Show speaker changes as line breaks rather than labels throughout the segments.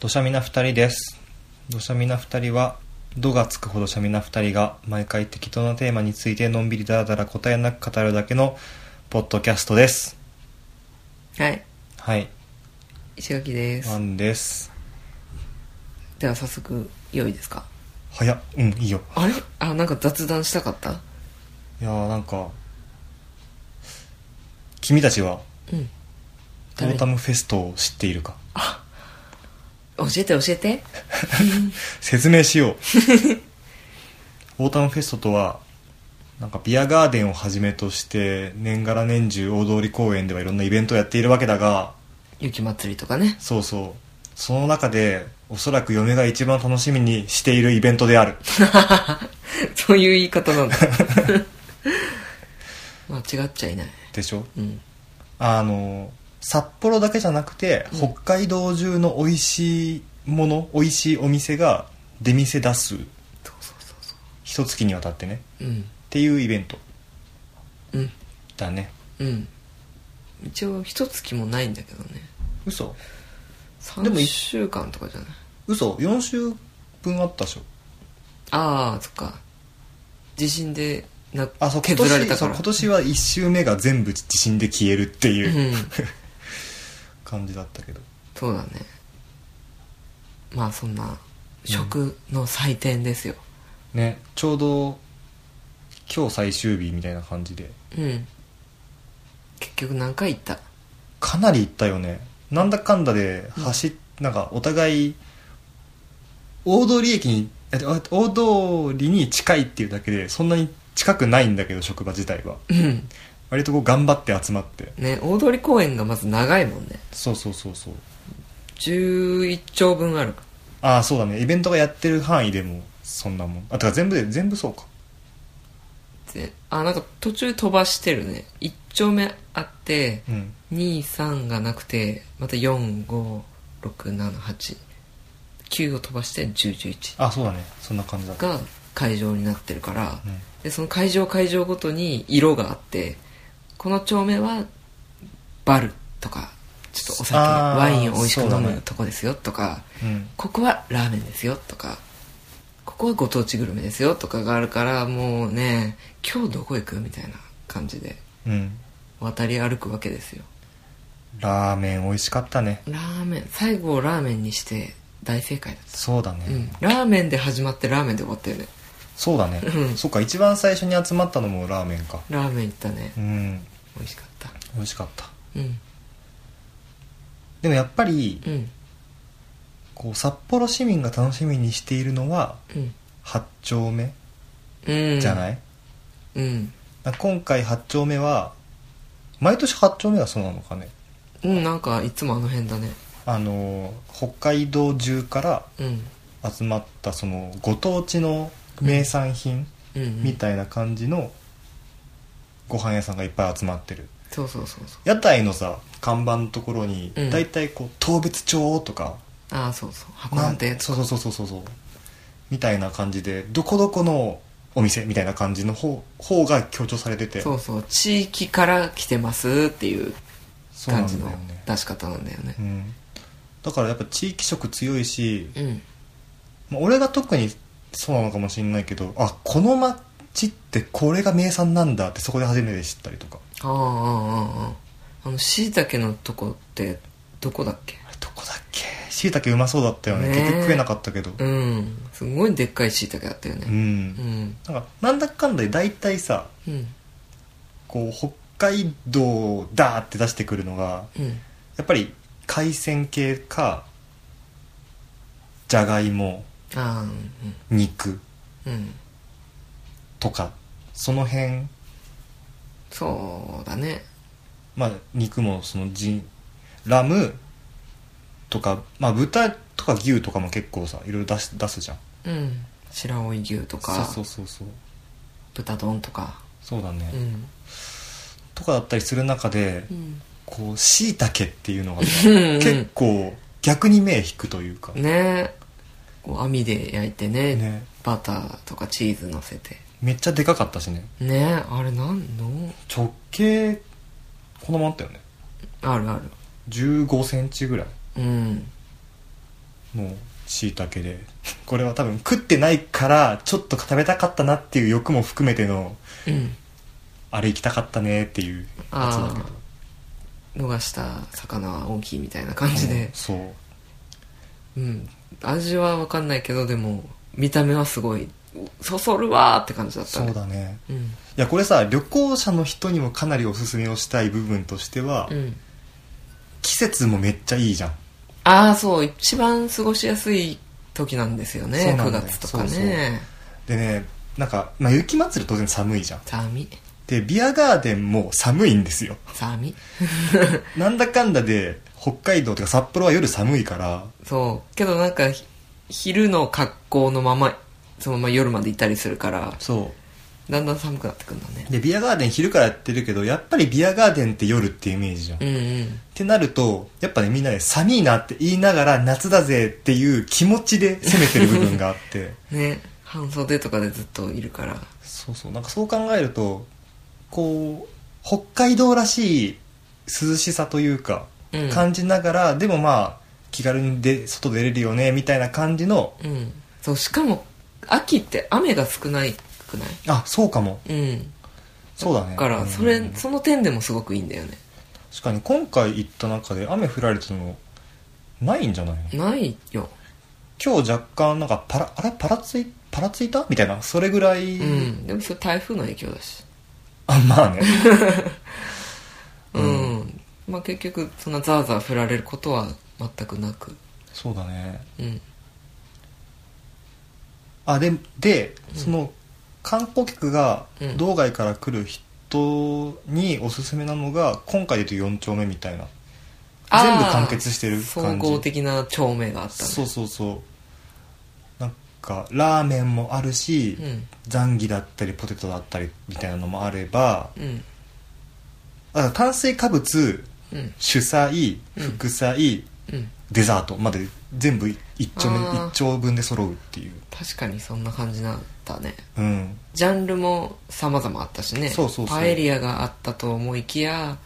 土砂みな二人です。土砂みな二人は、度がつくほどしゃみな二人が毎回適当なテーマについてのんびりだらだら答えなく語るだけのポッドキャストです。
はい
はい、
石垣です
ワンです。
では早速良いですか
早っ、うん、いいよ。
あれあなんか雑談したかった
いやーなんか、君たちは、
うん
オータムフェストを知っているか
教えて教えて
説明し ようオータムフェストとはなんかビアガーデンをはじめとして年がら年中大通公園ではいろんなイベントをやっているわけだが
雪祭りとかね
そうそうその中でおそらく嫁が一番楽しみにしているイベントである
そういう言い方なんだ 間違っちゃいない
でしょ
うん
あの札幌だけじゃなくて
うん
北海道中の美味しいもの、美味しいお店が出店出す
そうそうそうそ
一月にわたってね
ううん
っていうイベント
うん
だね
うん一応一月もないんだけどね
嘘でも
3週間とかじゃない
嘘4週分あったでしょ
ああそっか地震でな
あそう今
削られ
年
た
そ
か
う
ら
今年は1周目が全部地震で消えるっていううん感じだったけど、
そうだねまあそんな食の祭典ですよ
ねちょうど今日最終日みたいな感じで
うん結局何回行った
かなり行ったよねなんだかんだで走っ、なんかお互い大通り駅にえ大通りに近いっていうだけでそんなに近くないんだけど職場自体は
うん
割とこう頑張って集まって
ね大通公園がまず長いもんね
そうそうそうそう
11丁分あるか
ああそうだねイベントがやってる範囲でもそんなもんあてか全部で全部そうか
ぜあなんか途中飛ばしてるね1丁目あって
うん
23がなくてまた45678 9を飛ばして1011
あそうだねそんな感じだった
が会場になってるから、
うん
でその会場会場ごとに色があってこの丁目はバルとかちょっとお酒
あー
ワインを美味しく飲
そうだね
むとこですよとか、
うん
ここはラーメンですよとかここはご当地グルメですよとかがあるからもうね今日どこ行くみたいな感じで
うん
渡り歩くわけですよ
ラーメン美味しかったね
ラーメン最後をラーメンにして大正解だっ
そうだね、
た、うん、ラーメンで始まってラーメンで終わったよね
そうだね、
うん
そっか一番最初に集まったのもラーメンか
ラーメン行ったね
うん
美味しかった
美味しかった
うん
でもやっぱり、
うん
こう札幌市民が楽しみにしているのは
うん
8丁目
うん
じゃない、
うん、
だから今回8丁目は毎年8丁目はそうなのかね
うん、なんかいつもあの辺だね
あの北海道中から
うん
集まったそのご当地の名産品、
うん、うん、
みたいな感じのご飯屋さんがいっぱい集まってる
そうそうそうそう
屋台のさ看板のところに
うん
大体こう「当別町」とか
ああそうそう函
なん
館
そうそうそうそうそうそうみたいな感じでどこどこのお店みたいな感じの方方が強調されてて
そうそう地域から来てますっていう
そうなんだ
感じ
よ
の
ね、
出し方なんだよね
うん、だからやっぱ地域色強いし、
うん
まあ、俺が特にそうなのかもしれないけどあこの町ってこれが名産なんだってそこで初めて知ったりとか
あああああああのしいたけのとこってどこだっけ
あれどこだっけしいたけうまそうだったよね
ねえ
結局食えなかったけどう、
うんんすごいでっかいしいたけだったよねうん
なんかなんだかんだで大体さ
うん
こう北海道だーって出してくるのが
うん
やっぱり海鮮系かじゃがいも
ああうん
肉
うんうん
とかその辺
そうだね
まあ肉もそのジンラムとか、まあ、豚とか牛とかも結構さいろいろ出す出すじゃん
うん白老牛とか
そうそうそうそう
豚丼とか
そうだね、
うん
とかだったりする中で
うん
こう椎茸っていうのがさ
うんうん
結構逆に目引くというか、
ねこう網で焼いてね
ね
バターとかチーズ乗せて
めっちゃでかかったしね
ねあれなんの
直径このままあったよね
あるあ
1 5センチぐらい
るうん
もう椎茸でこれは多分食ってないからちょっと食べたかったなっていう欲も含めての
うん
あれ行きたかったねっていうやつだ
ああ逃した魚は大きいみたいな感
け
じ
ど、
で
そう
うん味は分かんないけどでも見た目はすごいそそるわーって感じだった
そ
ね
うだね
うん
いやこれさ旅行者の人にもかなりおすすめをしたい部分としては、
うん
季節もめっちゃいいじゃん
ああそう一番過ごしやすい時なんですよ
そう
ね
な
9
んだよ
月とかね
そうでねなんか、まあ、雪祭り当然寒いじゃん
寒い
でビアガーデンも寒いんですよ
寒い
なんだかんだで北海道とか札幌は夜寒いから
そうけどなんかひ昼の格好のままそのまま夜までいたりするから
そ
だんだん寒くなってくるんだね
うでビアガーデン昼からやってるけどやっぱりビアガーデンって夜ってイメージじゃん、
う
っ
んうん
てなるとやっぱねみんなで寒いなって言いながら夏だぜっていう気持ちで攻めてる部分があって
ね半袖とかでずっといるから
そうそうなんかそう考えるとこう北海道らしい涼しさというか、
うん
感じながらでもまあ気軽にで外出れるよねみたいな感じの
うんそうしかも秋って雨が少ないくない
あそうかも
うん
そうだね
だからそ
うん
れその点でもすごくいいんだよね
確かに今回行った中で雨降られてるのないんじゃないの
ないよ
今日若干なんかパラあれパラついパラついたみたいなそれぐらい、
うんでもそれ台風の影響だし
あまあね
うん、まあ結局そんなザーザー振られることは全くなく
そうだね
うん
あでで、その観光客が
うん
道外から来る人におすすめなのが今回で言うと4丁目みたいな全部完結してる
総
感じ
合的な調明があったね
そうそうそうなんかラーメンもあるし、
うん
ザンギだったりポテトだったりみたいなのもあれば
うん
だから炭水化物
うん
主菜
うん
副菜、
うん
デザートまで全部一丁目
あー
一丁分で揃うっていう
確かにそんな感じなんだね
うん
ジャンルも様々あったしね
そうそうそう
パエリアがあったと思いきや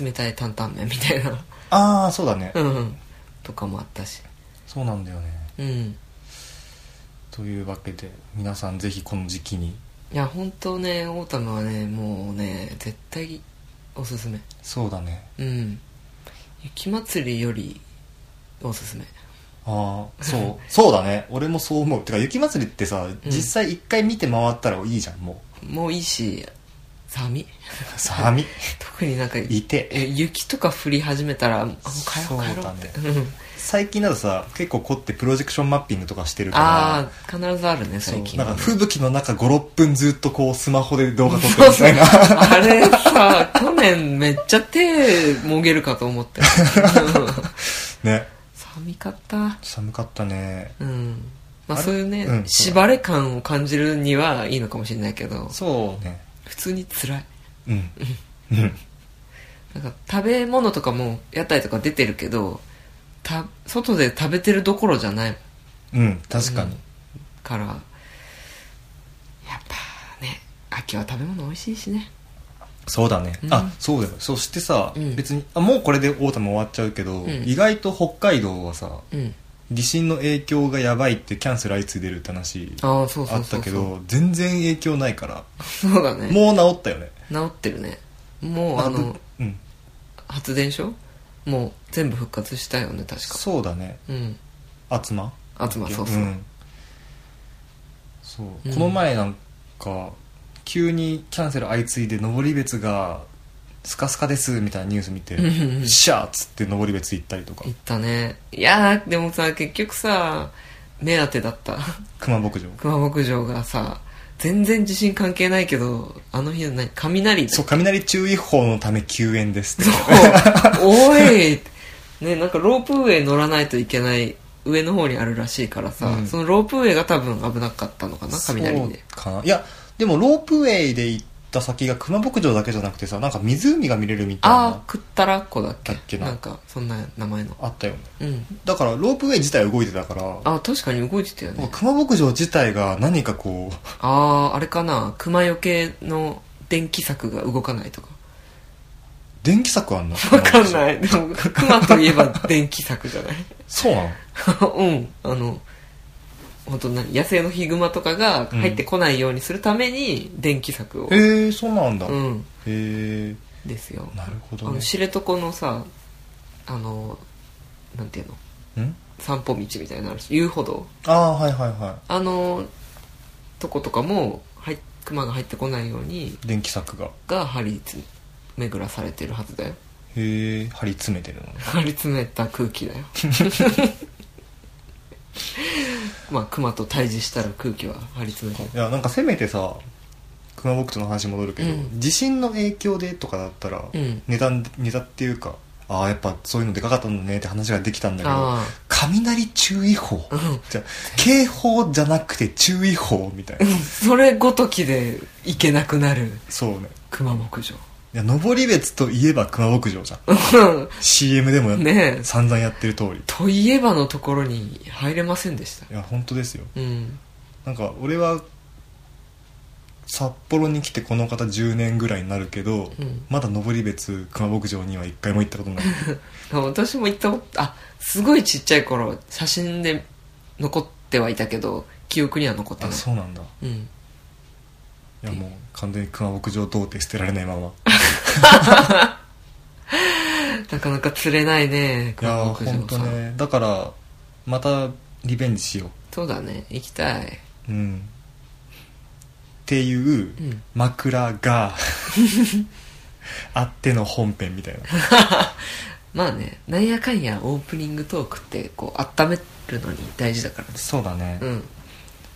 冷たい担々麺みた いな
ああそうだね、
うんうんとかもあったし
そうなんだよね
うん
というわけで皆さんぜひこの時期に
いや本当ねオータムはねもうね絶対おすすめ
そうだね
うん雪祭りよりおすすめ
ああそうそうだね俺もそう思うてか雪祭りってさ実際一回見て回ったらいいじゃんも
もういいし寒いう
寒い
特になんか
いて
え雪とか降り始めたらあもう帰ろう帰
そう
ろう
だ
っ
ね
て、うん
最近だとさ結構凝ってプロジェクションマッピングとかしてるから
ああ必ずあるね
そう
最近
なん
は
か
ね
吹雪の中56分ずっとこうスマホで動画撮ってるみたいな
あれさ去年めっちゃ手もげるかと思って
ね
寒かった
寒かったね
うんまあ
あれ
そういうね、
うん
縛れ感を感じるにはいいのかもしれないけど
そうね
普通に辛い
うんうん
なんか食べ物とかも屋台とか出てるけどた外で食べてるどころじゃない
うん確かに、
からやっぱね秋は食べ物美味しいしね
そうだね、
うん
あそうだよそしてさ、
うん
別にあもうこれでオータム終わっちゃうけど、
ん
意外と北海道はさ
うん
地震の影響がやばいってキャンセル相次いでるって話
ああそうそ
あ
う
っ
そ
た
う
け
そう
ど全然影響ないから
そうだね
もう治ったよね
治ってるねもうあの
ぶうん
発電所もう全部復活したよね確か
そうだね
うん
あつま
東そうそう、
んそう
うん
この前なんか急にキャンセル相次いで登別がスカスカですみたいなニュース見て
うんう
「
ん
シャー!」っつって登別行ったりとか
行ったねいやーでもさ結局さ目当てだった
熊牧場
熊牧場がさ全然地震関係ないけどあの日は何雷
そう雷注意報のため休園ですって
おおい、ね、なんかロープウェイ乗らないといけない上の方にあるらしいからさ、
うん
そのロープウェイが多分危なかったのかな雷で
そうかないやでもロープウェイで行った先が熊牧場だけじゃなくてさなんか湖が見れるみたい
あ
な
あくったらっこだっけ
だっけな
なんかそんな名前の
あったよね
うん
だからロープウェイ自体動いてたから
あ確かに動いてたよね
熊牧場自体が何かこう
あああれかな熊よけの電気柵が動かないとか
電気柵あんの
わかんない。でも、熊といえば電気柵じゃない
そうなの
うん。あの、本当な野生のヒグマとかが入ってこないようにするために電気柵を。
えー、そうなんだ、
う
へ
ん。
え
ですよ。
なるほ
あ
ど
の
ね
知床のさあのなんていうの
ん
散歩道みたいなのあるし遊歩道
ああはいはいは
あのとことかもはい熊が入ってこないように
い電気柵が
が張りつ巡らされてるはずだよ
へえ張り詰めてるのね
張り詰めた空 気だよまあ熊と対峙したら空気は張り詰めてる
いやなんかせめてさ熊牧草の話戻るけど、
うん
地震の影響でとかだったら、
うん
値段値段っていうかああやっぱそういうのでかかったんだねって話ができたんだけど
あ
雷注意報、
ん
じゃあ警報じゃなくて注意報みたいな、
あそれごときで行けなくなる
そうね
熊牧場
いや登別といえば熊牧場じゃん CM でもやっ
ねえ
散々やってる通り
といえばのところに入れませんでした
いや本当ですよ
うん
なんか俺は札幌に来てこの方10年ぐらいになるけど、
うん
まだ登別熊牧場には一回も行ったこと ない
私も行ったことあすごいちっちゃい頃写真で残ってはいたけど記憶には残ってな
あ
い、
そうなんだいう
ん、
やもう完全に熊牧場童貞捨てられない まま
なかなか釣れないね
いや
熊
ー
牧
本
場
当
さん、
ねだからまたリベンジしよ
そうだね行きたい
う
う
んっていう
うん
枕 が あっての本編みたい な
まあねなんやかんやオープニングトークってこう温めるのに大事だからね
そうだね、
うん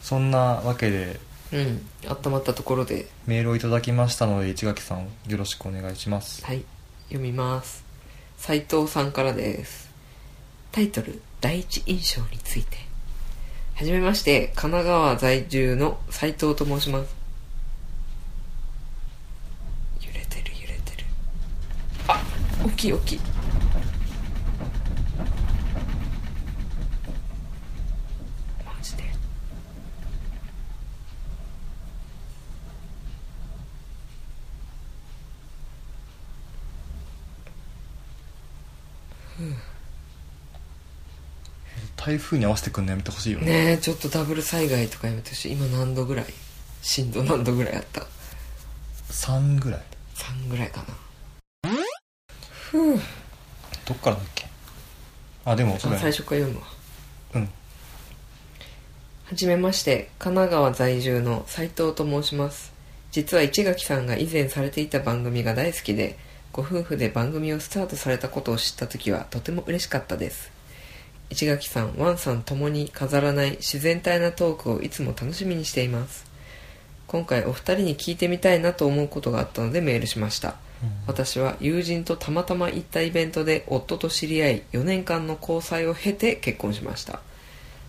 そんなわけで
うん温まったところで
メールをいただきましたので市垣さんよろしくお願いします
はい読みます斉藤さんからですタイトル「第一印象について」はじめまして神奈川在住の斉藤と申します揺れてる揺れてるあ大きい大きいマジで
台風に合わせてくんのやめてほしいよね
ねえちょっとダブル災害とかやめてほしい今何度ぐらい震度何度ぐらいあった
3ぐらい
3ぐらいかな
どっからだっけあでもそう
あ
だよ
最
ね
初から読むわ
うん
はじめまして神奈川在住の斉藤と申します実は市垣さんが以前されていた番組が大好きでご夫婦で番組をスタートされたことを知った時はとても嬉しかったです市垣さんワンさんともに飾らない自然体なトークをいつも楽しみにしています今回お二人に聞いてみたいなと思うことがあったのでメールしました、私は友人とたまたま行ったイベントで夫と知り合い4年間の交際を経て結婚しました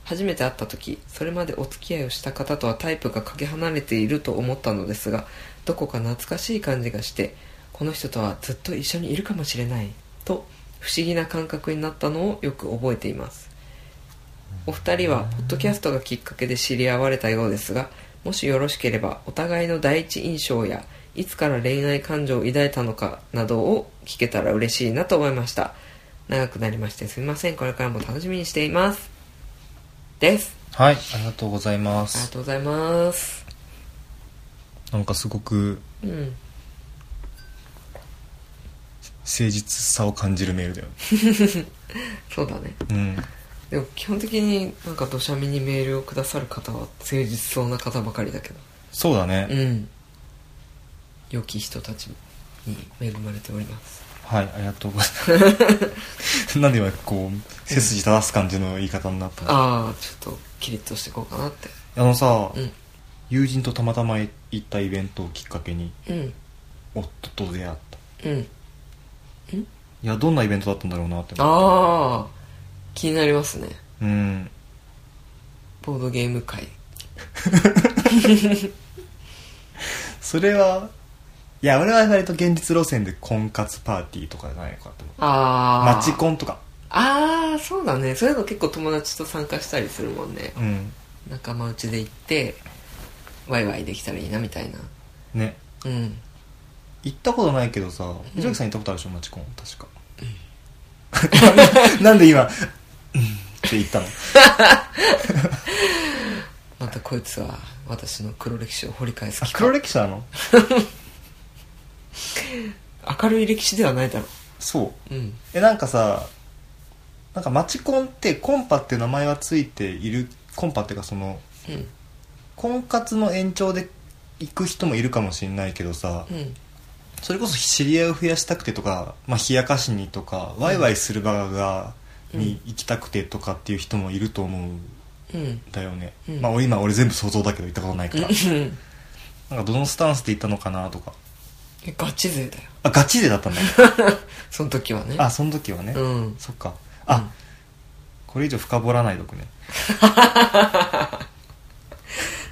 初めて会った時それまでお付き合いをした方とはタイプがかけ離れていると思ったのですがどこか懐かしい感じがしてこの人とはずっと一緒にいるかもしれないと不思議な感覚になったのをよく覚えていますお二人はポッドキャストがきっかけで知り合われたようですがもしよろしければお互いの第一印象やいつから恋愛感情を抱いたのかなどを聞けたら嬉しいなと思いました長くなりましてすみませんこれからも楽しみにしていますです
はいありがとうございま
ありが
す
とうございます
なんかすごく
うん
誠実さを感じるメールだよね
そうだね
うん
でも基本的になんか土砂見にメールをくださる方は誠実そうな方ばかりだけど
そうだね、
うん良き人たちに恵まれております
はいありがとうございますなんで今こう背筋正す感じの言い方になったの
ああちょっとキリッとしていこうかなって
あのさ、
うん
友人とたまたま行ったイベントをきっかけに
うん
夫と出会った
うん
いやどんなイベントだったんだろうなって思っ
ああ気になりますね
てうん
ボードゲーム会
それはいや俺は割と現実路線で婚活パーティーとかじゃないのかと思う
ああ
マチコンとか
ああそうだねそういうの結構友達と参加したりするもんね
うん
仲間内で行ってワイワイできたらいいなみたいな
ね
うん
行ったことないけどさ
ん
藤崎さん行ったことあるでしょマチコン確か、 なんで今「うん」って言ったの
またこいつは私の黒歴史を掘り返す
あ
気か
黒歴史なの
明るい歴史ではないだろ
そう
ううん
えなんかさなんかマチコンってコンパっていう名前はついているコンパっていうかその
うん
婚活の延長で行く人もいるかもしれないけどさ、
うん
それこそ知り合いを増やしたくてとか、まあ、冷やかしにとかワイワイする場が、に行きたくてとかっていう人もいると思うん
うん
だよね、
うん
まあ俺今俺全部想像だけど行ったことないから、
うん
なんかどのスタンスで行ったのかなとか
え ガチ勢だよ
あガチでだったん だ
その時はね
あその時はね、
うん
そっかあ、
うん
これ以上深掘らないとくね、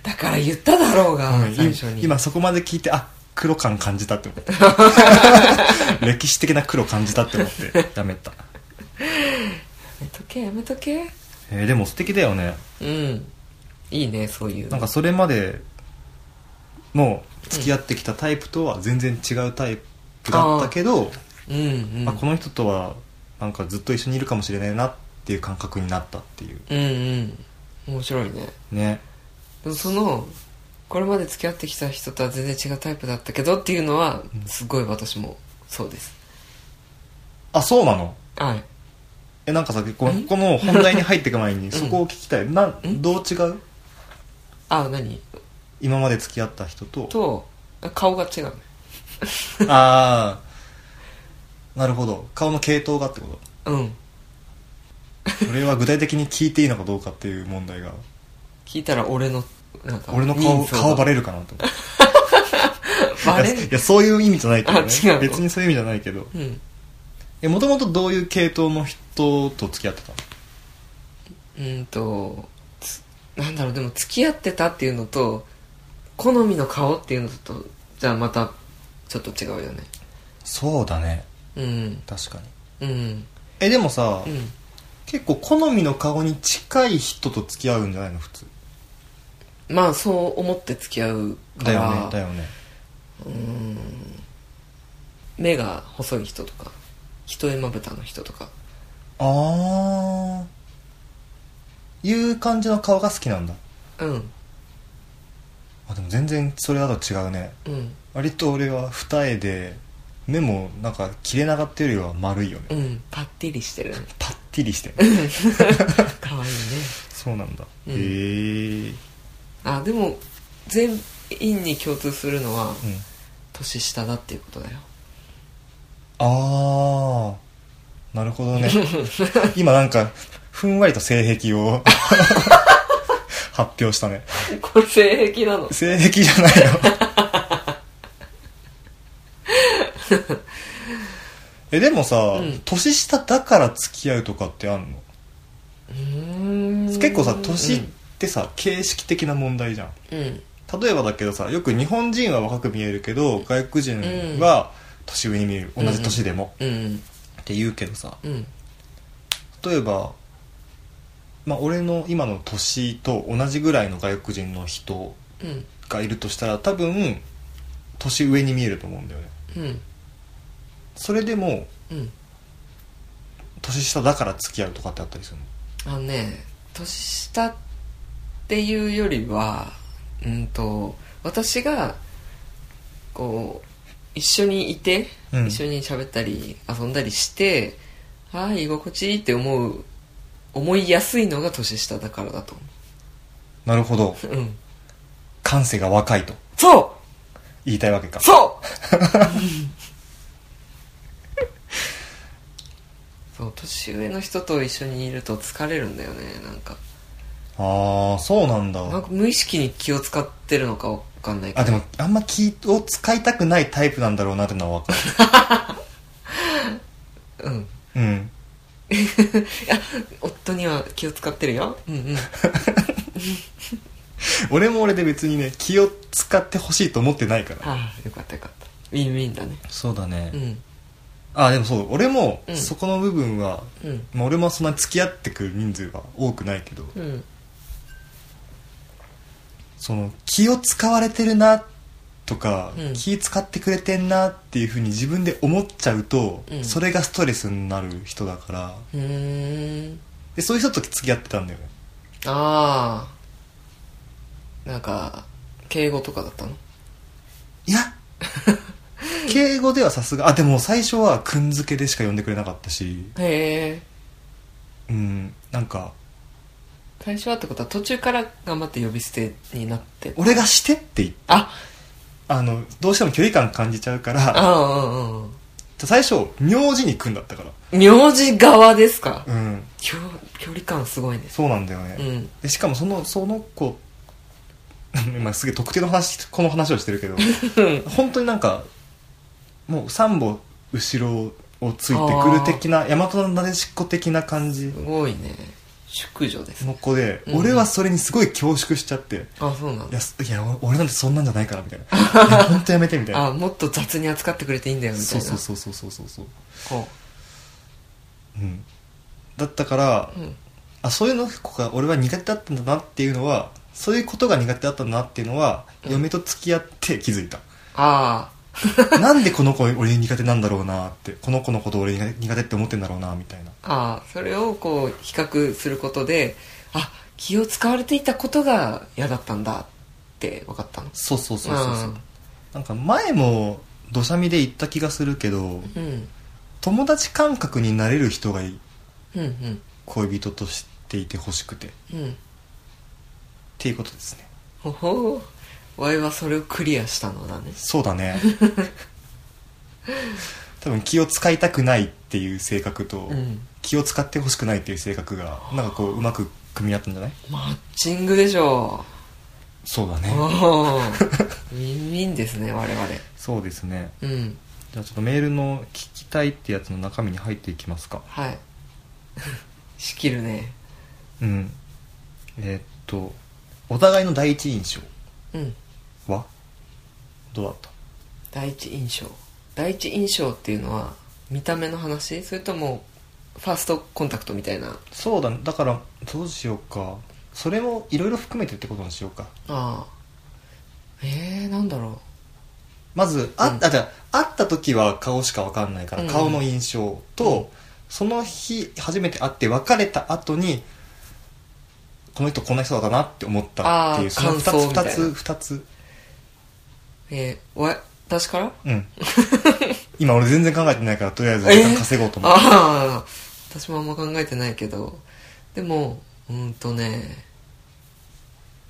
だから言っただろうが、
うん
最初に
今そこまで聞いてあ黒感感じたって思った 歴史的な黒感じたって思ってやめた
やめとけやめとけ
えーでも素敵だよね
うんいいねそういう
なんかそれまでの付き合ってきたタイプとは全然違うタイプだったけど、
うんうん
あこの人とはなんかずっと一緒にいるかもしれないなっていう感覚になったっていう
うんうん面白いね
ね
でもそのこれまで付き合ってきた人とは全然違うタイプだったけどっていうのは
うん
すごい私もそうです、
あそうなの
はい
えなんかさこ
ん
この本題に入っていく前 にそこを聞きたい、なん
ん
どう違う
あ何
今まで付き合った人と
とあ顔が違うね
ああなるほど顔の系統がってこ
うん
とそれは具体的に聞いていいのかどうかっていう問題 が
聞いたら俺のなんか
俺の顔
人相が
顔バレるかなと思って
バレ
いやい
る
やそういう意味じゃないけどね
あ違うの
別にそういう意味じゃないけど
うん
えもともとどういう系統の人と付き合ってたの
うんとつなんだろうでも付き合ってたっていうのと好みの顔っていうのとじゃあまたちょっと違うよね
そうだね
うん
確かに
うん
えでもさ、
うん
結構好みの顔に近い人と付き合うんじゃないの普通
まあそう思って付き合うか
だよ
ら
ねだよね
うん目が細い人とか一重まぶたの人とか
ああいう感じの顔が好きなんだ
うん
あでも全然それだと違うね
うん
割と俺は二重で目もなんか切れ長っていうよりは丸いよね
うんパッテリしてるね
パッティリしてる
かわいいね
そうなんだ、
うん
へえ
あでも全員に共通するの
う
は
ん
年下だっていうことだよ
ああなるほどね 今なんかふんわりと性癖を発表したね
これ性癖なの
性癖じゃないよ えでもさ、
うん
年下だから付き合うとかってあんの
結
結構さ年ってさ、形式的な問題じゃん
うん
例えばだけどさよく日本人は若く見えるけど外国人は年上に見える、
うん
同じ年でも、
うん
って言うけどさ
うん
例えば、まあ、俺の今の年と同じぐらいの外国人の人
うん
がいるとしたら多分年上に見えると思うんだよね
うん
それでも
うん
年下だから付き合うとかってあったりするの
あのね年下っていうよりはうんと私がこう一緒にいて、
うん
一緒に喋ったり遊んだりしてああ居心地いいって思う思いやすいのが年下だからだと思
なるほど
ううん
感性が若いと
そ
言いたいわけか
うそう そう年上の人と一緒にいると疲れるんだよねなんか
ああそうなんだ
なんか無意識に気を使ってるのかわかんないけ
あ
ど
でもあんま気を使いたくないタイプなんだろうなってのは分か
うん
るうん
夫には気を使ってるようんうん
俺も俺で別にね気を使ってほしいと思ってないから
ああよかったよかったウィンウィンだね
そうだね
うん
あでもそう俺も
うん
そこの部分は、
うん
まあ、俺もそんな付き合ってくる人数は多くないけど、
うん
その気を使われてるなっとか、
うん
気使ってくれてんなっていうふうに自分で思っちゃうと、
うん
それがストレスになる人だから
うーん
でそういう人と付き合ってたんだよね
ああなんか敬語とかだったの
いや 敬語ではさすがあでも最初はくんづけでしか呼んでくれなかったし
へえ
うんなんか
最初はってことは途中から頑張って呼び捨てになって
俺がしてって言って
あ
あのどうしても距離感感じちゃうから
あうんうんうん
最初名字にくんだったから
名字側ですか
うん
距距離感すごいね
そうなんだよね、
うん
でしかもそのその子 今すげえ特定の話この話をしてるけど 本当になんかもう3歩後ろをついてくる的な大和なでしこ的な感じ
すごいね淑女ですね
の子で、
うん
俺はそれにすごい恐縮しちゃって
あそうなん
い
だ
やすいやお俺なんてそんなんじゃないからみた いないや本当やめてみたいな
あもっと雑に扱ってくれていいんだよみたい
そう
な
そうそうそうそうそうそう
こ
うんだったから、
う、うん、
あそういうの子が俺は苦手だったんだなっていうのはそういうことが苦手だったんだなっていうのは、
うん
嫁と付き合って気づいた
あ
なんでこの子俺苦手なんだろうなってこの子のこと俺苦手苦手って思ってんだろうなみたいな
あああそれをこう比較することであ気を使われていたことが嫌だったんだって分かったの
そうそうそうそうそう
うん
なんか前も土砂見で言った気がするけど
うん
友達感覚になれる人がい
うんうん
恋人としていてほしくてっ
うん
ていうことですね
ほほうわいはそれをクリアしたのだね
そうだ ね多分気を使いたくないっていう性格と、
うん
気を使ってほしくないっていう性格がなんかこううまく組み合ったんじゃない
マッチングでしょ
そうだ
う
ね
おーウィンウィンですね我々
そうですね
うん
じゃあちょっとメールの「聞きたい」ってやつの中身に入っていきますか
はい仕切るね
うんえーっとお互いの第一印
うん
象はどうだった
第一印象第一印象っていうのは見た目の話それともファーストコンタクトみたいな
そうだねだからどうしようかそれもいろいろ含めてってことにしようか
ああえー、なんだろ
まずあ、
うん
あじゃあ会った時は顔しか分かんないから、
うん
顔の印象と、
うん
その日初めて会って別れた後にこの人こんな人だなって思ったってい
あー
うその2つ
感想みたい
2
な
つ2つ
うえー、わ私から
うん今俺全然考えてないからとりあえず時間稼ごうと思って、
ああ私もあんま考えてないけどでもうーんとね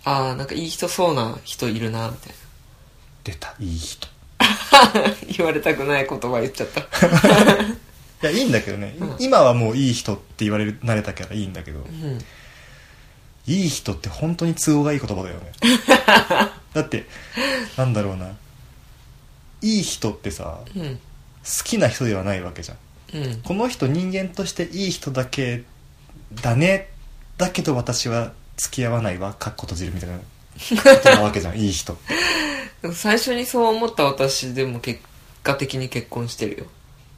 ああなんかいい人そうな人いるなみたい
出たいい人い
な言われたくない言葉言っちゃった
やいいんだけどね、
うん
今はもういい人って言われる慣れたからいいんだけど、
うん
いい人って本当に都合がいい言葉だよ ねだってなんだろうないい人ってさ、
うん
好きな人ではないわけじゃん
うん
この人人間としていい人だけだねだけど私は付き合わないわかっこ閉じるみたいなことなわけじゃんいい人って
でも最初にそう思った私でも結果的に結婚してるよ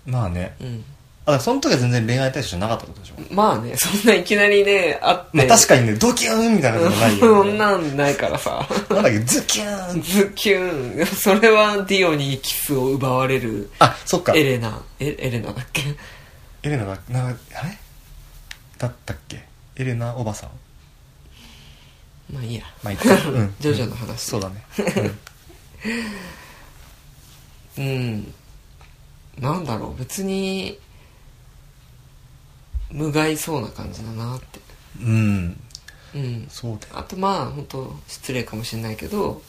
まあね
うん
あだからその時は全然恋愛対象じゃなかったってことでしょ、
まあね そんないきなりね会って、
まあ、確かにねドキューンみたいなことないよ、
そ
ね、
ん
な
なんないからさ
んだっけズキューン
ズキュンそれはディオにキスを奪われる
あそっか
エ
エ
レナえエレナだっけ
レナだなんかあれだったっけエレナおばさん
まあいいや
まあいっ か、うん、
ジョジョの話
そうだ ね、うん
うんなんだろう別に無害そうな感じだなって
うん、
うん
そうだよ
あとまあ本当失礼かもしれないけど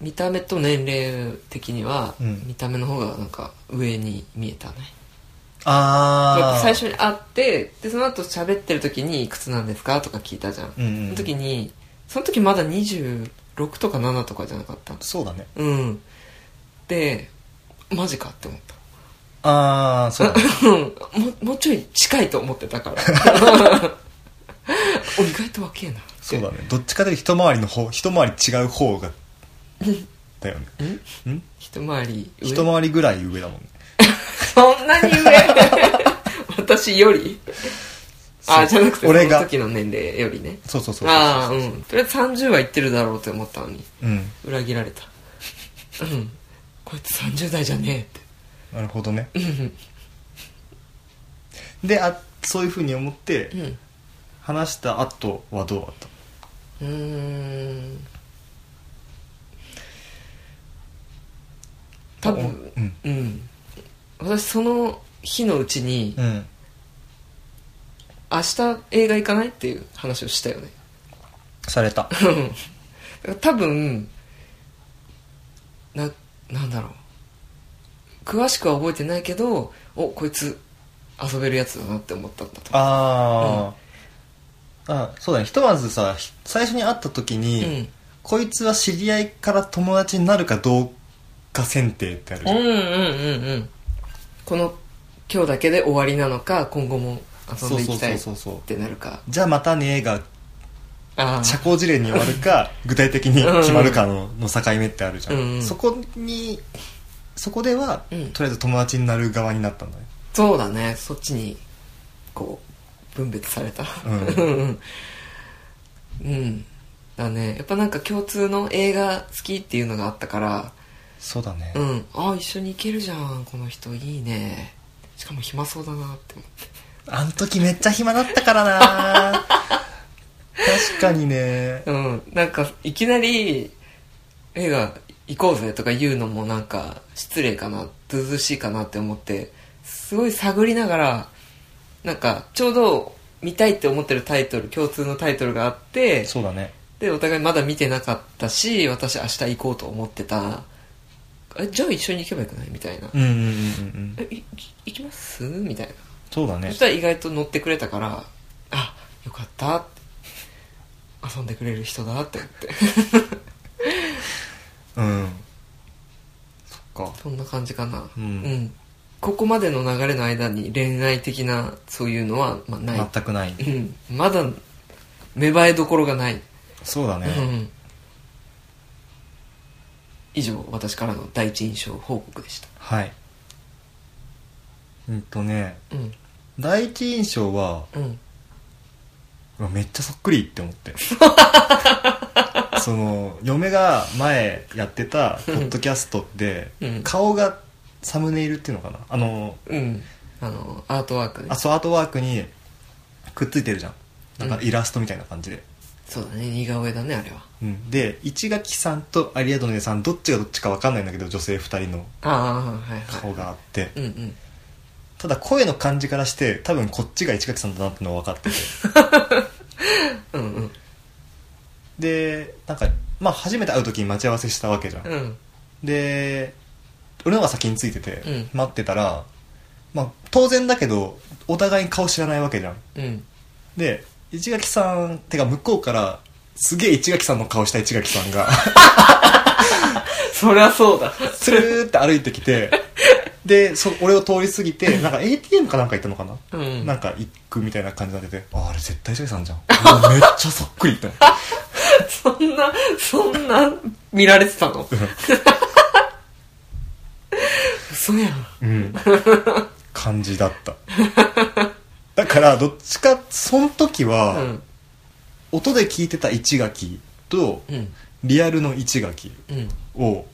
見た目と年齢的には、
うん
見た目の方がなんか上に見えたねだっ
あ
て
あ
最初に会ってでその後喋ってる時に「いくつなんですか?」とか聞いたじゃん、
うんうんうん
その時にその時まだ26とか7とかじゃなかった
そうだね
うんでマジかって思った
ああそうだね
うん ももうちょい近いと思ってたから お意外と若えなって
そうだねどっちかというと一回りの方一回り違う方がだよね
ん
ん
一回り 上
一回りぐらい 上だもんね
そんなに上私よりあじゃなくてそ
俺
の
が
時の年齢よりね
そうそうそう
ああうんとりあえず30はいってるだろうって思ったのに
うん
裏切られたうんこいつ30代じゃね
なるほどね
えっ て
であそういうふうに思って
うん
話した後はどうだった
うーん多分
うん
うん私その日のうちに
うん
明日映画行かないっていう話をしたよね
された
多分ななんだろう詳しくは覚えてないけどおこいつ遊べるやつだなって思ったんだと
あー、あそうだねひとまずさひ最初に会った時
う
に、
ん
こいつは知り合いから友達になるかどうか選定ってあるじ
う
ゃ
ん
ん
うんうんうんこの今日だけで終わりなのか今後も遊ん
そう
でい
そう
きた
そ
いうっ
そうそう
てなるか
じゃあまたねが
あ
社交辞令に終わるか具体的に決まるかのの境目ってあるじゃん、
うんうん
そこにそこでは、
うん
とりあえず友達になる側になったんだね
そうだねそっちにこう分別された
う
うん、うん、だねやっぱなんか共通の映画好きっていうのがあったから
そうだね、
うんあ一緒に行けるじゃんこの人いいねしかも暇そうだなって思って
あの時めっちゃ暇だったから な確かにね
うん、なんかいきなり映画行こうぜとか言うのもなんか失礼かなずうずうしいかなって思ってすごい探りながらなんかちょうど見たいって思ってるタイトル共通のタイトルがあって
そうだね
でお互いまだ見てなかったし私明日行こうと思ってたえじゃあ一緒に行けばよくないみたいな
うんうんうんうん
えいい行きますみたいな
そうだ
そ
ね
したら意外と乗ってくれたからあよかったって遊んでくれる人だって思って
うんそっか
そんな感じかな、
うん
ここまでの流れの間に恋愛的なそういうのは、まあ、ない、
全くない
うん、まだ芽生えどころがない、
そうだ
う
ね、
ん、以上私からの第一印象報告でした
はいうんとね
うん
第一印象は
うん
うわめっちゃそっくりって思ってその嫁が前やってたポッドキャストで、
うん
顔がサムネイルっていうのかなあの
うんあのアートワークね
アソアートワークにくっついてるじゃんなんかイラストみたいな感じで、
そうだね似顔絵だねあれは
うんで市垣さんと有ドネさんどっちがどっちか分かんないんだけど女性2人の
ああはいはい
顔があって、
うんうん
ただ声の感じからして多分こっちが市垣さんだなってのは分かってて
うんうん
でなんかまあ初めて会う時に待ち合わせしたわけじゃん、
うん
で俺のが先についてて、
うん
待ってたら、まあ、当然だけどお互いに顔知らないわけじゃん
うん
で市垣さんてか向こうからすげえ市垣さんの顔した市垣さん が
そりゃそうだ
スルーって歩いてきてでそ俺を通り過ぎてなんか ATM かなんか行ったのかな、
うん
なんか行くみたいな感じになっててああれ絶対市垣さん じゃんうわめっちゃそっくりってなって
そんなそんな見られてたの嘘やん
うん、感じだっただからどっちかその時は、
うん
音で聞いてた一垣と
うん
リアルの一垣
うん
を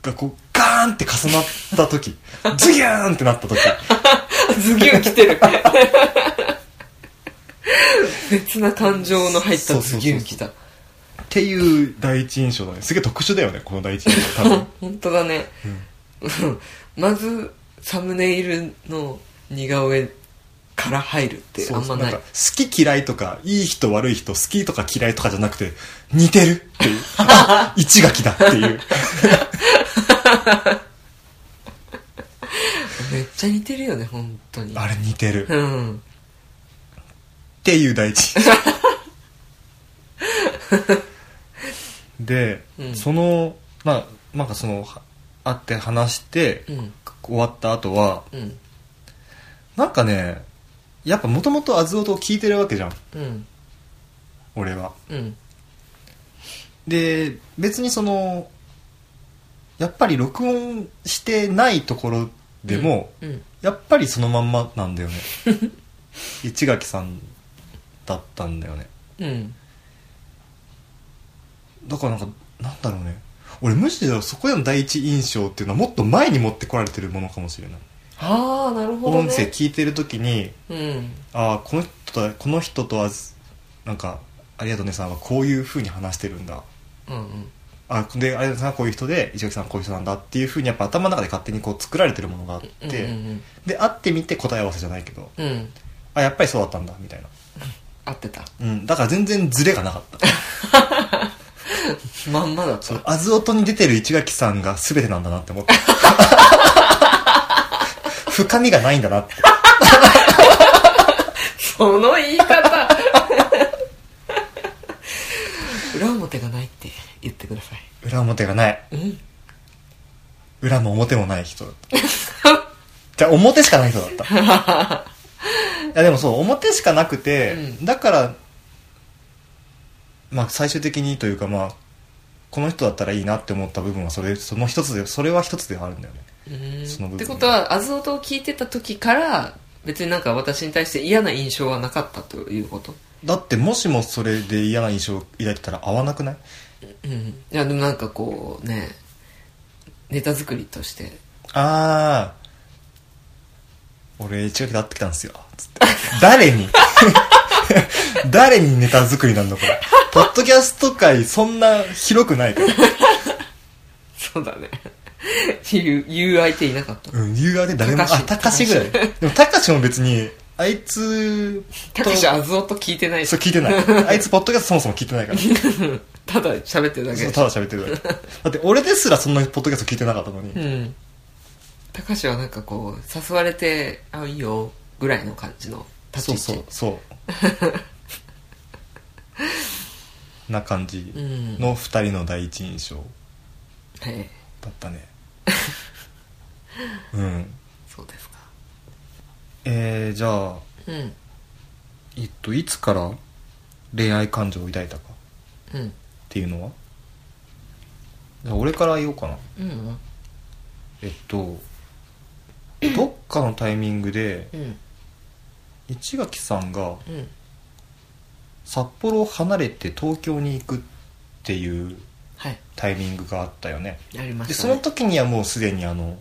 がこうガーンって重なった時 ズギューンってなった時
ズギュン来てる別な感情の入ったズギュン来た
っていう第一印象だねすげえ特殊だよねこの第一印象多分
本当だね、まずサムネイルの似顔絵から入るって
そう
あんまない
んか好き嫌いとかいい人悪い人好きとか嫌いとかじゃなくて似てるって いうあ一垣だっていう
めっちゃ似てるよね本当に
あれ似てる
うん
っていう第一印象で、
うん
そのまあなんかそのは会って話して、
うん
終わった後は
うん
なんかねやっぱもともとアズオと聞いてるわけじゃん
うん
俺は
うん
で別にそのやっぱり録音してないところでも、
うん
やっぱりそのまんまなんだよね市垣さんだったんだよね
うん
だからなんかなんだろうね俺むしろそこでの第一印象っていうのはもっと前に持ってこられてるものかもしれない、
ああなるほどね
音声聞いてる時に
うん
ああこの人とはこの人とはなんかありがとうねさんはこういうふうに話してるんだ
うん
あでありがとうねさんはこういう人で市垣さんはこういう人なんだっていうふうにやっぱ頭の中で勝手にこう作られてるものがあって、
うんうん
で会ってみて答え合わせじゃないけど
うんうん
あやっぱりそうだったんだみたいな、
合ってた
うん、だから全然ズレがなかった
まんまだっ
その
た
アズオトに出てる市垣さんが全てなんだなって思った深みがないんだなって
その言い方 裏表がないって言ってください
裏表がない
うん
裏も表もない人だったじゃあ表しかない人だ ったいやでもそう表しかなくて、
う
だからまあ最終的にというかまあこの人だったらいいなって思った部分はそれその一つでそれは一つではあるんだよね
うん
その部分
ってことは、アズオトを聞いてた時から、別になんか私に対して嫌な印象はなかったということ。
だってもしもそれで嫌な印象を抱いてたら合わなくない
うん。いや、でもなんかこうね、ネタ作りとして。
ああ俺一学で会ってきたんですよつって誰に 誰にネタ作りなんだこれポッドキャスト界そんな広くないから、
そうだね。 言う、言う相手いなかった。
うん、理由がね誰も
たかし
あたかしぐらいでもたかしも別にあいつ
たけしアズオト聞いてないし
そう、聞いてないあいつポッドキャストそもそも聞いてないからそ
ただ喋ってるだけ
うただ喋ってるだけだって俺ですらそんなにポッドキャスト聞いてなかったのに、
うん。たかしはなんかこう、誘われて、あ、いいよ、ぐらいの感じの立ち
そ
位
う
置。
そうそうな感じ
うん。
の2人の第一印象
はい。
だったねうん
そうですか。
えー、じゃあ
うん。
えっといつから恋愛感情を抱いたかっ
うん。
ていうのはじゃあ俺から言おうかな
うん。
えっとどっかのタイミングで
うん。
市垣さんが
うん。
札幌を離れて東京に行くっていう
はい。
タイミングがあったよね
やりま
で
し
そ
た、
の
ね。
時にはもうすでにあの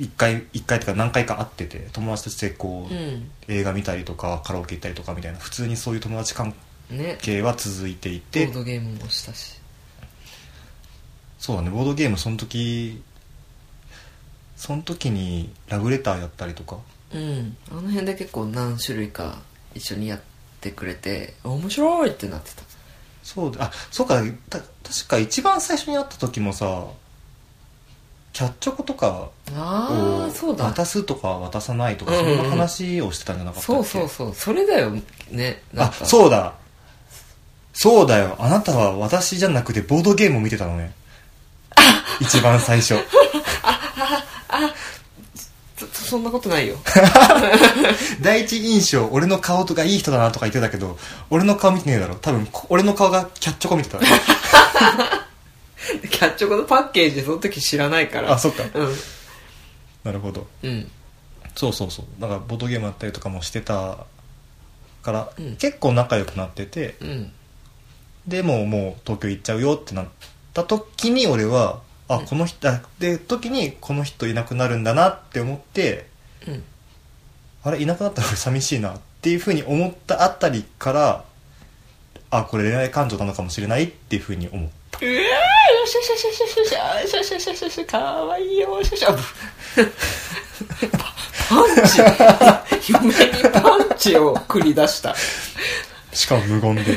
1回一回とか何回か会ってて友達としてこう、
うん。
映画見たりとかカラオケ行ったりとかみたいな普通にそういう友達関
ね。
係は続いてい
ボ
て
ードゲームもしたし。
そうだねボードゲームその時その時にラブレターやったりとか
うん。あの辺で結構何種類か一緒にやってくれて、あ面白いってなってた。
そうだあそうかた確か一番最初に会った時もさキャッチョコとか
あ
を
あ、そうだ。
渡すとか渡さないとか
うん
そ
うんう
ん
ん
な話をしてたんじゃなかったっけ
そうそうそう。それだよ、ね。な
あ
んか
そうだそうだよあなたは私じゃなくてボードゲームを見てたのね一番最初
そそんなことないよ。
第一印象俺の顔とかいい人だなとか言ってたけど俺の顔見てねえだろ多分こ俺の顔がキャッチョコ見てた
キャッチョコのパッケージその時知らないから。
あそっか
うん。
なるほど
うん。
そうそうそうだからボードゲームやったりとかもしてたから、
うん
結構仲良くなってて
うん。
でもうもう東京行っちゃうよってなった時に俺はあこの人あで時にこの人いなくなるんだなって思って
うん。
あれいなくなったら俺寂しいなっていうふうに思ったあたりからあこれ恋愛感情なのかもしれないっていうふうに思う
うわーよしよしよしよしよしよしよしよしよしよしかわいいよよしよしあぶパパンチ夢にパンチを繰り出した
しかも無言 で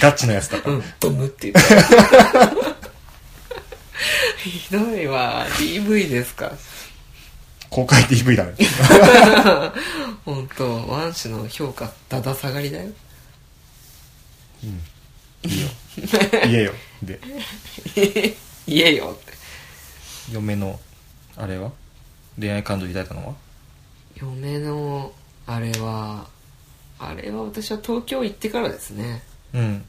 ガチなやつだか
う
ら、
んドムって言ったひどいわ DV ですか
公開 DV だね
本当ワン氏の評価だだ下がりだよ
言えよで
言えよって
嫁のあれは恋愛感情抱いたのは
嫁のあれはあれは私は東京行ってからですね
うん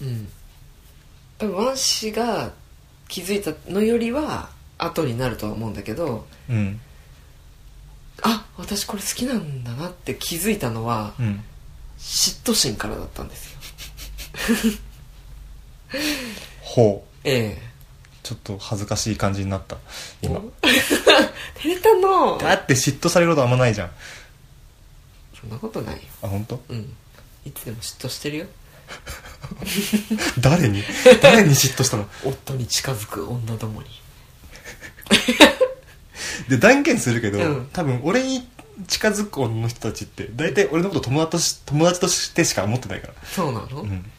うん多分ワン氏が気づいたのよりは後になるとは思うんだけど
うん
あ私これ好きなんだなって気づいたのは
うん
嫉妬心からだったんですよ
ほう
え
ちょっと恥ずかしい感じになった
え
今
照れたの
だって嫉妬されることあんまないじゃん
そんなことないよ
あ本 当？
うんいつでも嫉妬してるよ
誰に誰に嫉妬したの
夫に近づく女どもに
で断言するけど、
うん
多分俺に近づく女の人たちって大体俺のこと友達とし友達としてしか思ってないから
そうなの、
うん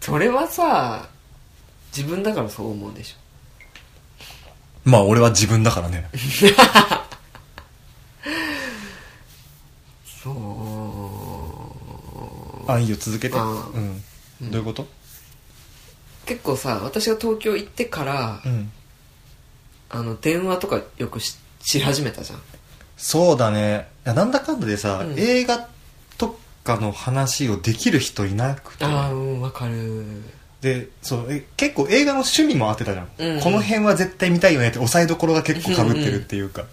それはさ自分だからそう思うでしょ
まあ俺は自分だからね
そう
あいいよ続けて、う
あー
ん、どういうこと
結構さ私が東京行ってから、
うん
あの電話とかよくしし始めたじゃん
そうだねいやなんだかんだでさ、
うん
映画とかの話をできる人いなくて
ああうんわかる
でそうえ結構映画の趣味も合ってたじゃん、
うんうん
この辺は絶対見たいよねって抑えどころが結構かぶってるっていうか、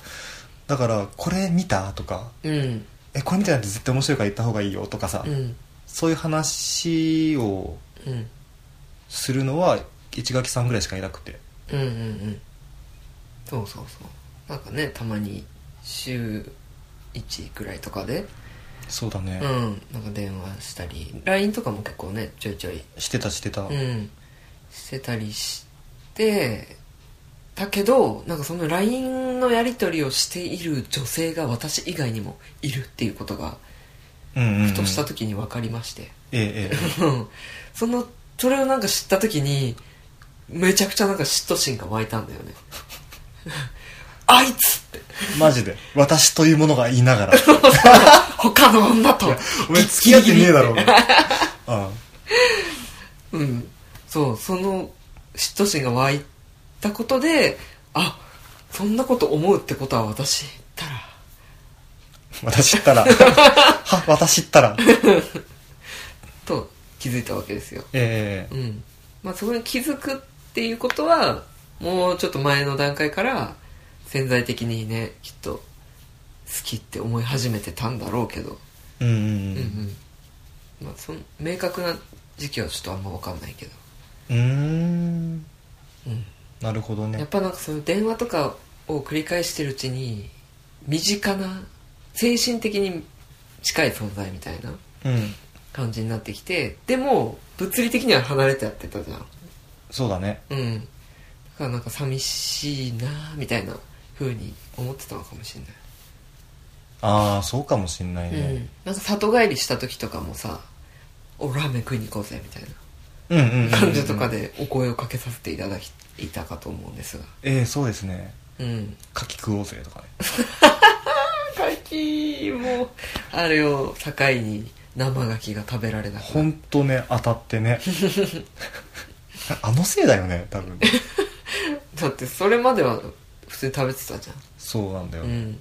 だからこれ見たとか
うん
えこれ見たら絶対面白いから言った方がいいよとかさ、
うん
そういう話を
うん
するのは市垣さんぐらいしかいなくて
うんうんうんそうそうそうなんかねたまに週1くらいとかで、
そうだ
う
ね、
ん、なんか電話したり LINE とかも結構ねちょいちょい、
してたしてた、
うん、してたりしてだけどなんかその LINE のやり取りをしている女性が私以外にもいるっていうことが
うんうんうん
ふとした時に分かりまして、
えええええ
うんそのそれをなんか知った時にめちゃくちゃなんか嫉妬心が湧いたんだよね あいつって
えマ ジで私というものが言いながら
他の女と
お前付き合ってねえだろうがあ
うんそうその嫉妬心が湧いたことであそんなこと思うってことは私ったら
私った らは私ったらえ
と気づいたわけですよ
えええ
うんまあそこに気づくっていうことはもうちょっと前の段階から潜在的にねきっと好きって思い始めてたんだろうけど
うんうん
うん
う
うんんまあその明確な時期はちょっとあんま分かんないけど
うーん
うん
なるほど
やっ
ね
ぱなんかその電話とかを繰り返してるうちに身近な精神的に近い存在みたいな
うん
感じになってきてでも物理的には離れてやってたじゃん
そうだね
うんだからなんか寂しいなぁみたいな風に思ってたのかもしれ
ああそうかもしんない
ない、う
ね
ん、なんか里帰りした時とかもさ「おラーメン食いに行こうぜ」みたい
うんうんうんうん
な感じとかでお声をかけさせていただきいたかと思うんですが
ええそうですね
うん
かき食おうぜ とかね
柿もあれを境に生柿が食べられなくな
本当ね当たってね あのせいだよね多分
だってそれまでは普通に食べてたじ
そうなんだ
ゃ
よ、
んうん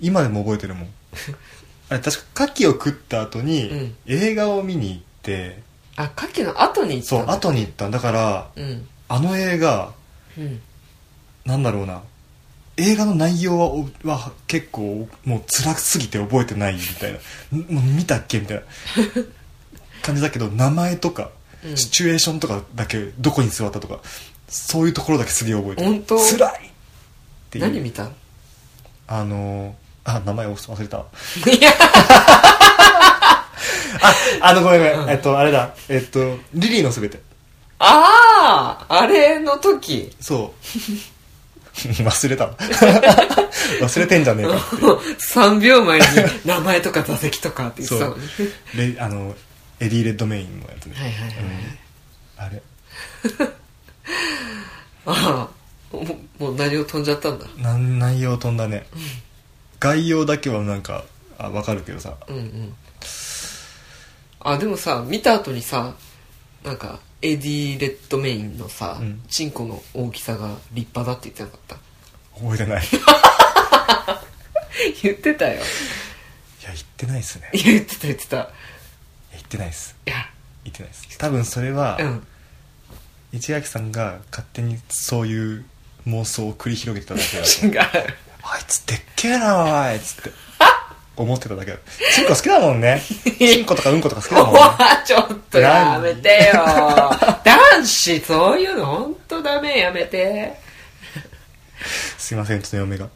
今でも覚えてるもんあれ確か牡蠣を食った後に、
うん
映画を見に行って
あ柿の後に行った
そ
ん
う
だ
後に行ったんだから
うん
あの映画
うん
なんだろうな映画の内容はおは結構もう辛すぎて覚えてないみたいなんもう見たっけみたいな感じだけど名前とか、
うん
シチュエーションとかだけどこに座ったとかそういうところだけすげえ覚えてる
本当
辛いっていう
何見た い
あのー、あ名前忘れた
や
あのごめんごめん、
うん
えっとあれだえっとリリーのすべて
あああれの時
そう忘れた 忘れてんじゃねえかっ
3秒前に名前とか座席とかって言ってたのに
てレあのエディ・レッドメインのやつね、
はいはいはい
あれ
はい、ああもうもう何を飛んじゃったんだ
なん内容飛んだね、概要だけはなんかあ分かるけどさ
うんうんあでもさ見た後にさなんかエディ・レッドメインのさ、
うん
チンコの大きさが立派だって言ってなかった
覚えてないい
言ってたよ
や言ってないっすねい
いや言ってた言ってたい
や言ってないっす
や
言ってないっす多分それは、
うん
市垣さんが勝手にそう いう妄想を繰り広げてただけだと思う
違う
あいつでっけえなおいっつって思ってただけだチンコ好きだもんねチンコとかうんことか好き だもんね
わちょっとやめてよ 男子そういうの本当ダメやめて
すいませんうちの嫁 が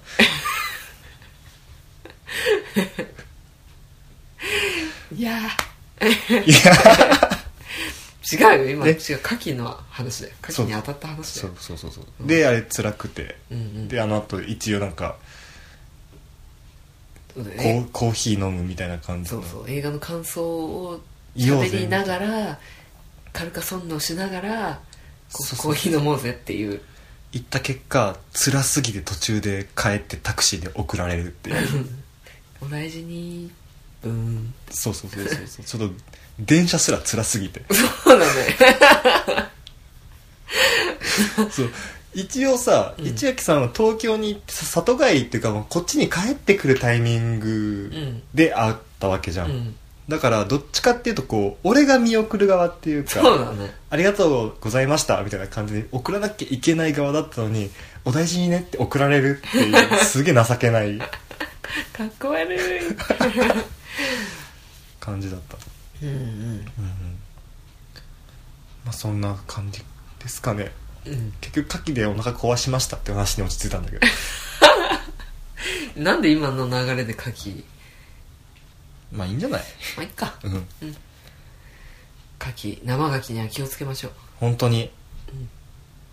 いや
いや
違うよ今
え
違う牡蠣の話だよ牡蠣に当たった話
そ
だ
う
よ
そうそうそう、であれ辛くて、
うんうん
であの後一応なんか
そうだよ
コ
ね
ーコーヒー飲むみたいな感じ
そ
の
うそう映画の感想を
言おうぜ
喋りながらカルカソンヌをしながらこ
そうそう
コーヒー飲もうぜって いう
行った結果辛すぎて途中で帰ってタクシーで送られるっていう
お大事にブーン
そうそうそうそうそうちょっと電車すら辛すぎて
そうだね
そう一応さ、一秋さんは東京に行ってさ里帰りっていうかもうこっちに帰ってくるタイミング
うん
で会ったわけじゃん、
うん
だからどっちかっていうとこう俺が見送る側っていうか
そうだね
ありがとうございましたみたいな感じで送らなきゃいけない側だったのにお大事にねって送られるって いうすげえ情けない
かっこ悪い
感じだった、
うんうん
うんうんまあ、そんな感じですかね
うん
結局牡蠣でお腹壊しましたって話に落ち着いたんだけど
なんで今の流れで牡蠣
まあいいんじゃない
まあいっか
うん
牡蠣生牡蠣には気をつけましょう
本当に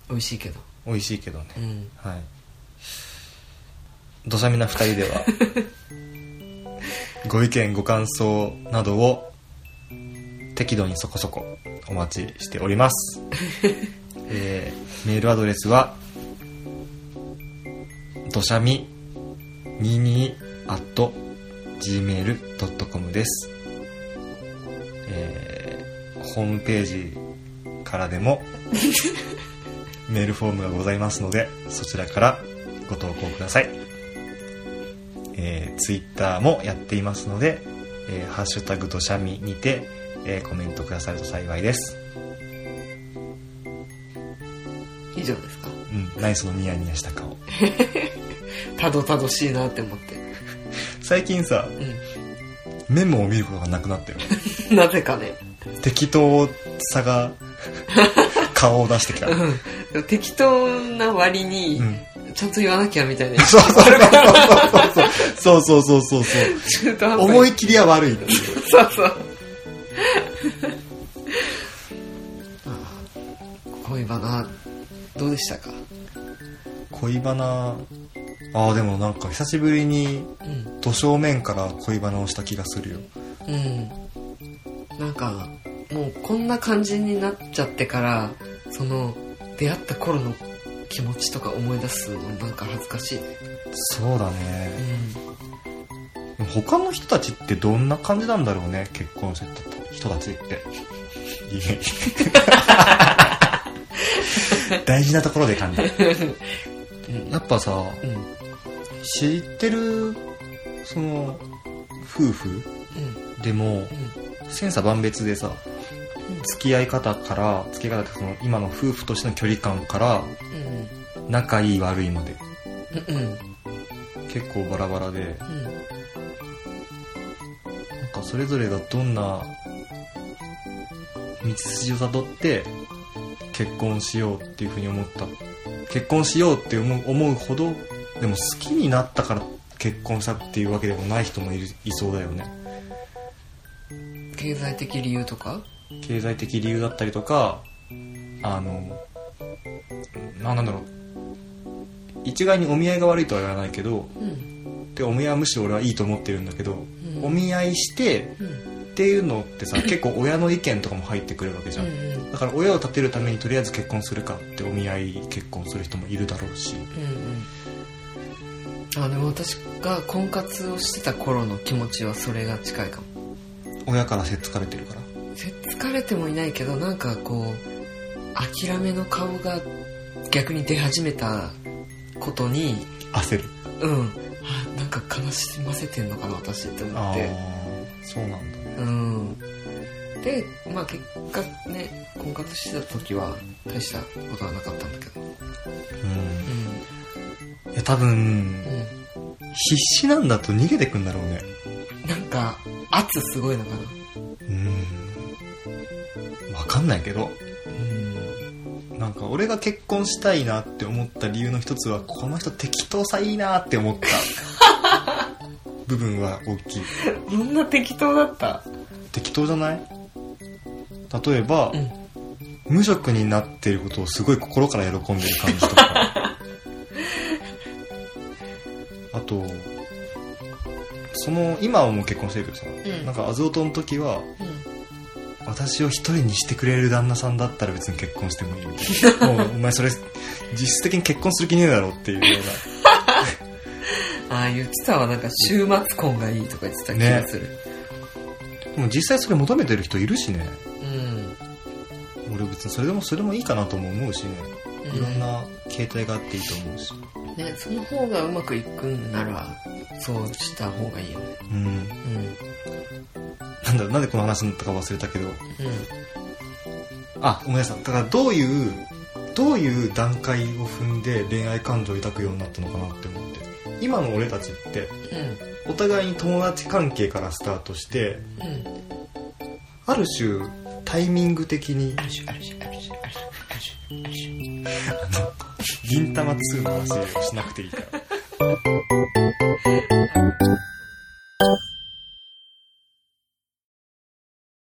美味しいけど
美味しいけどね、
うん
はい土砂みな二人ではご意見ご感想などを適度にそこそこお待ちしておりますえーメールアドレスは土砂み22 at gmail.com です、えーホームページからでもメールフォームがございますので、そちらからご投稿ください。えー、ツイッターもやっていますので、えーハッシュタグとしゃみにて、えーコメントくださると幸いです。
以上ですか
うん、何そのニヤニヤした顔。
たどたどしいなって思って
最近さ、
う
メモを見ることがなくなったよ。
んなぜかね
適当さ が、顔を出してきた。うん。
うん適当な割に、ちゃんと言わなきゃみたいな
そうそうそうそうそうそうそうそうそう。
中途半端に
思い切りは悪いっていう。
そう そう恋バナどうでしたか
恋バナ、ああ、でもなんか久しぶりに
うん
土正面から恋バナをした気がするよ
うんなんかもうこんな感じになっちゃってからその出会った頃の気持ちとか思い出すのなんか恥ずかしいね
そうだ
う
ね
ん
他の人たちってどんな感じなんだろうね結婚してた人たちってい え大事なところで感じる やっぱさ
うんうん
知ってるその夫婦でも千差万別でさ付き合い方から付き合い方ってその今の夫婦としての距離感から
うんうんうん
仲いい悪いまで
うんうん
結構バラバラで
うん
なんかそれぞれがどんな道筋をたどって結婚しようっていうふうに思った結婚しようって思う思うほどでも好きになったから結婚したっていうわけでもない人もいるいそうだよね
経済的理由とか
経済的理由だったりとかあのまあなんだろう一概にお見合いが悪いとは言わないけど
うん
でお見合いはむしろ俺はいいと思ってるんだけど、
うん
お見合いして
うん
っていうのってさ結構親の意見とかも入ってくるわけじ
う
ゃん、
ん
だから親を立てるためにとりあえず結婚するかってお見合い結婚する人もいるだろうし
うんうんあでも私が婚活をしてた頃の気持ちはそれが近いかも
親からせっつかれてるから
せっつかれてもいないけどなんかこう諦めの顔が逆に出始めたことに
焦る
うんあなんか悲しませてんのかな私って思
ああ
って
そうなんだね
うんでまあ結果ね婚活してた時は大したことはなかったんだけど
う
うん
いや多分
んうん
必死なんだと逃げてくんだろうね
なんか圧すごいのかな
うんわかんないけど
うん
なんか俺が結婚したいなって思った理由の一つはこの人適当さいいなって思った部分は大きい
そんな適当だった
適当じゃない例えば、
うん
無職になっていることをすごい心から喜んでる感じとか あとその今はもう結婚してるけどさ、
ん
なんかアズオトの時は
うん
私を一人にしてくれる旦那さんだったら別に結婚してもいいみた いなもうお前それ実質的に結婚する気ねえだろっていうよう
ああ言ってたわなんか週末婚がいいとか言ってた気がする、
なでも実際それ求めてる人いるしね
うん
俺別にそれでもそれもいいかなとも思うしね
うん
いろんな形態があっていいと思うし
ね、その方がうまくいくんならそうした方がいいよね
うん
うんうん
なんだろうなんでこの話になったか忘れたけどあごめんなさいだからどういうどういう段階を踏んで恋愛感情を抱くようになったのかなって思って今の俺たちってお互いに友達関係からスタートして
うんうん
ある種タイミング的に
あるしあるしあるしあるしあるしあるし
銀玉2の話をしなくていいから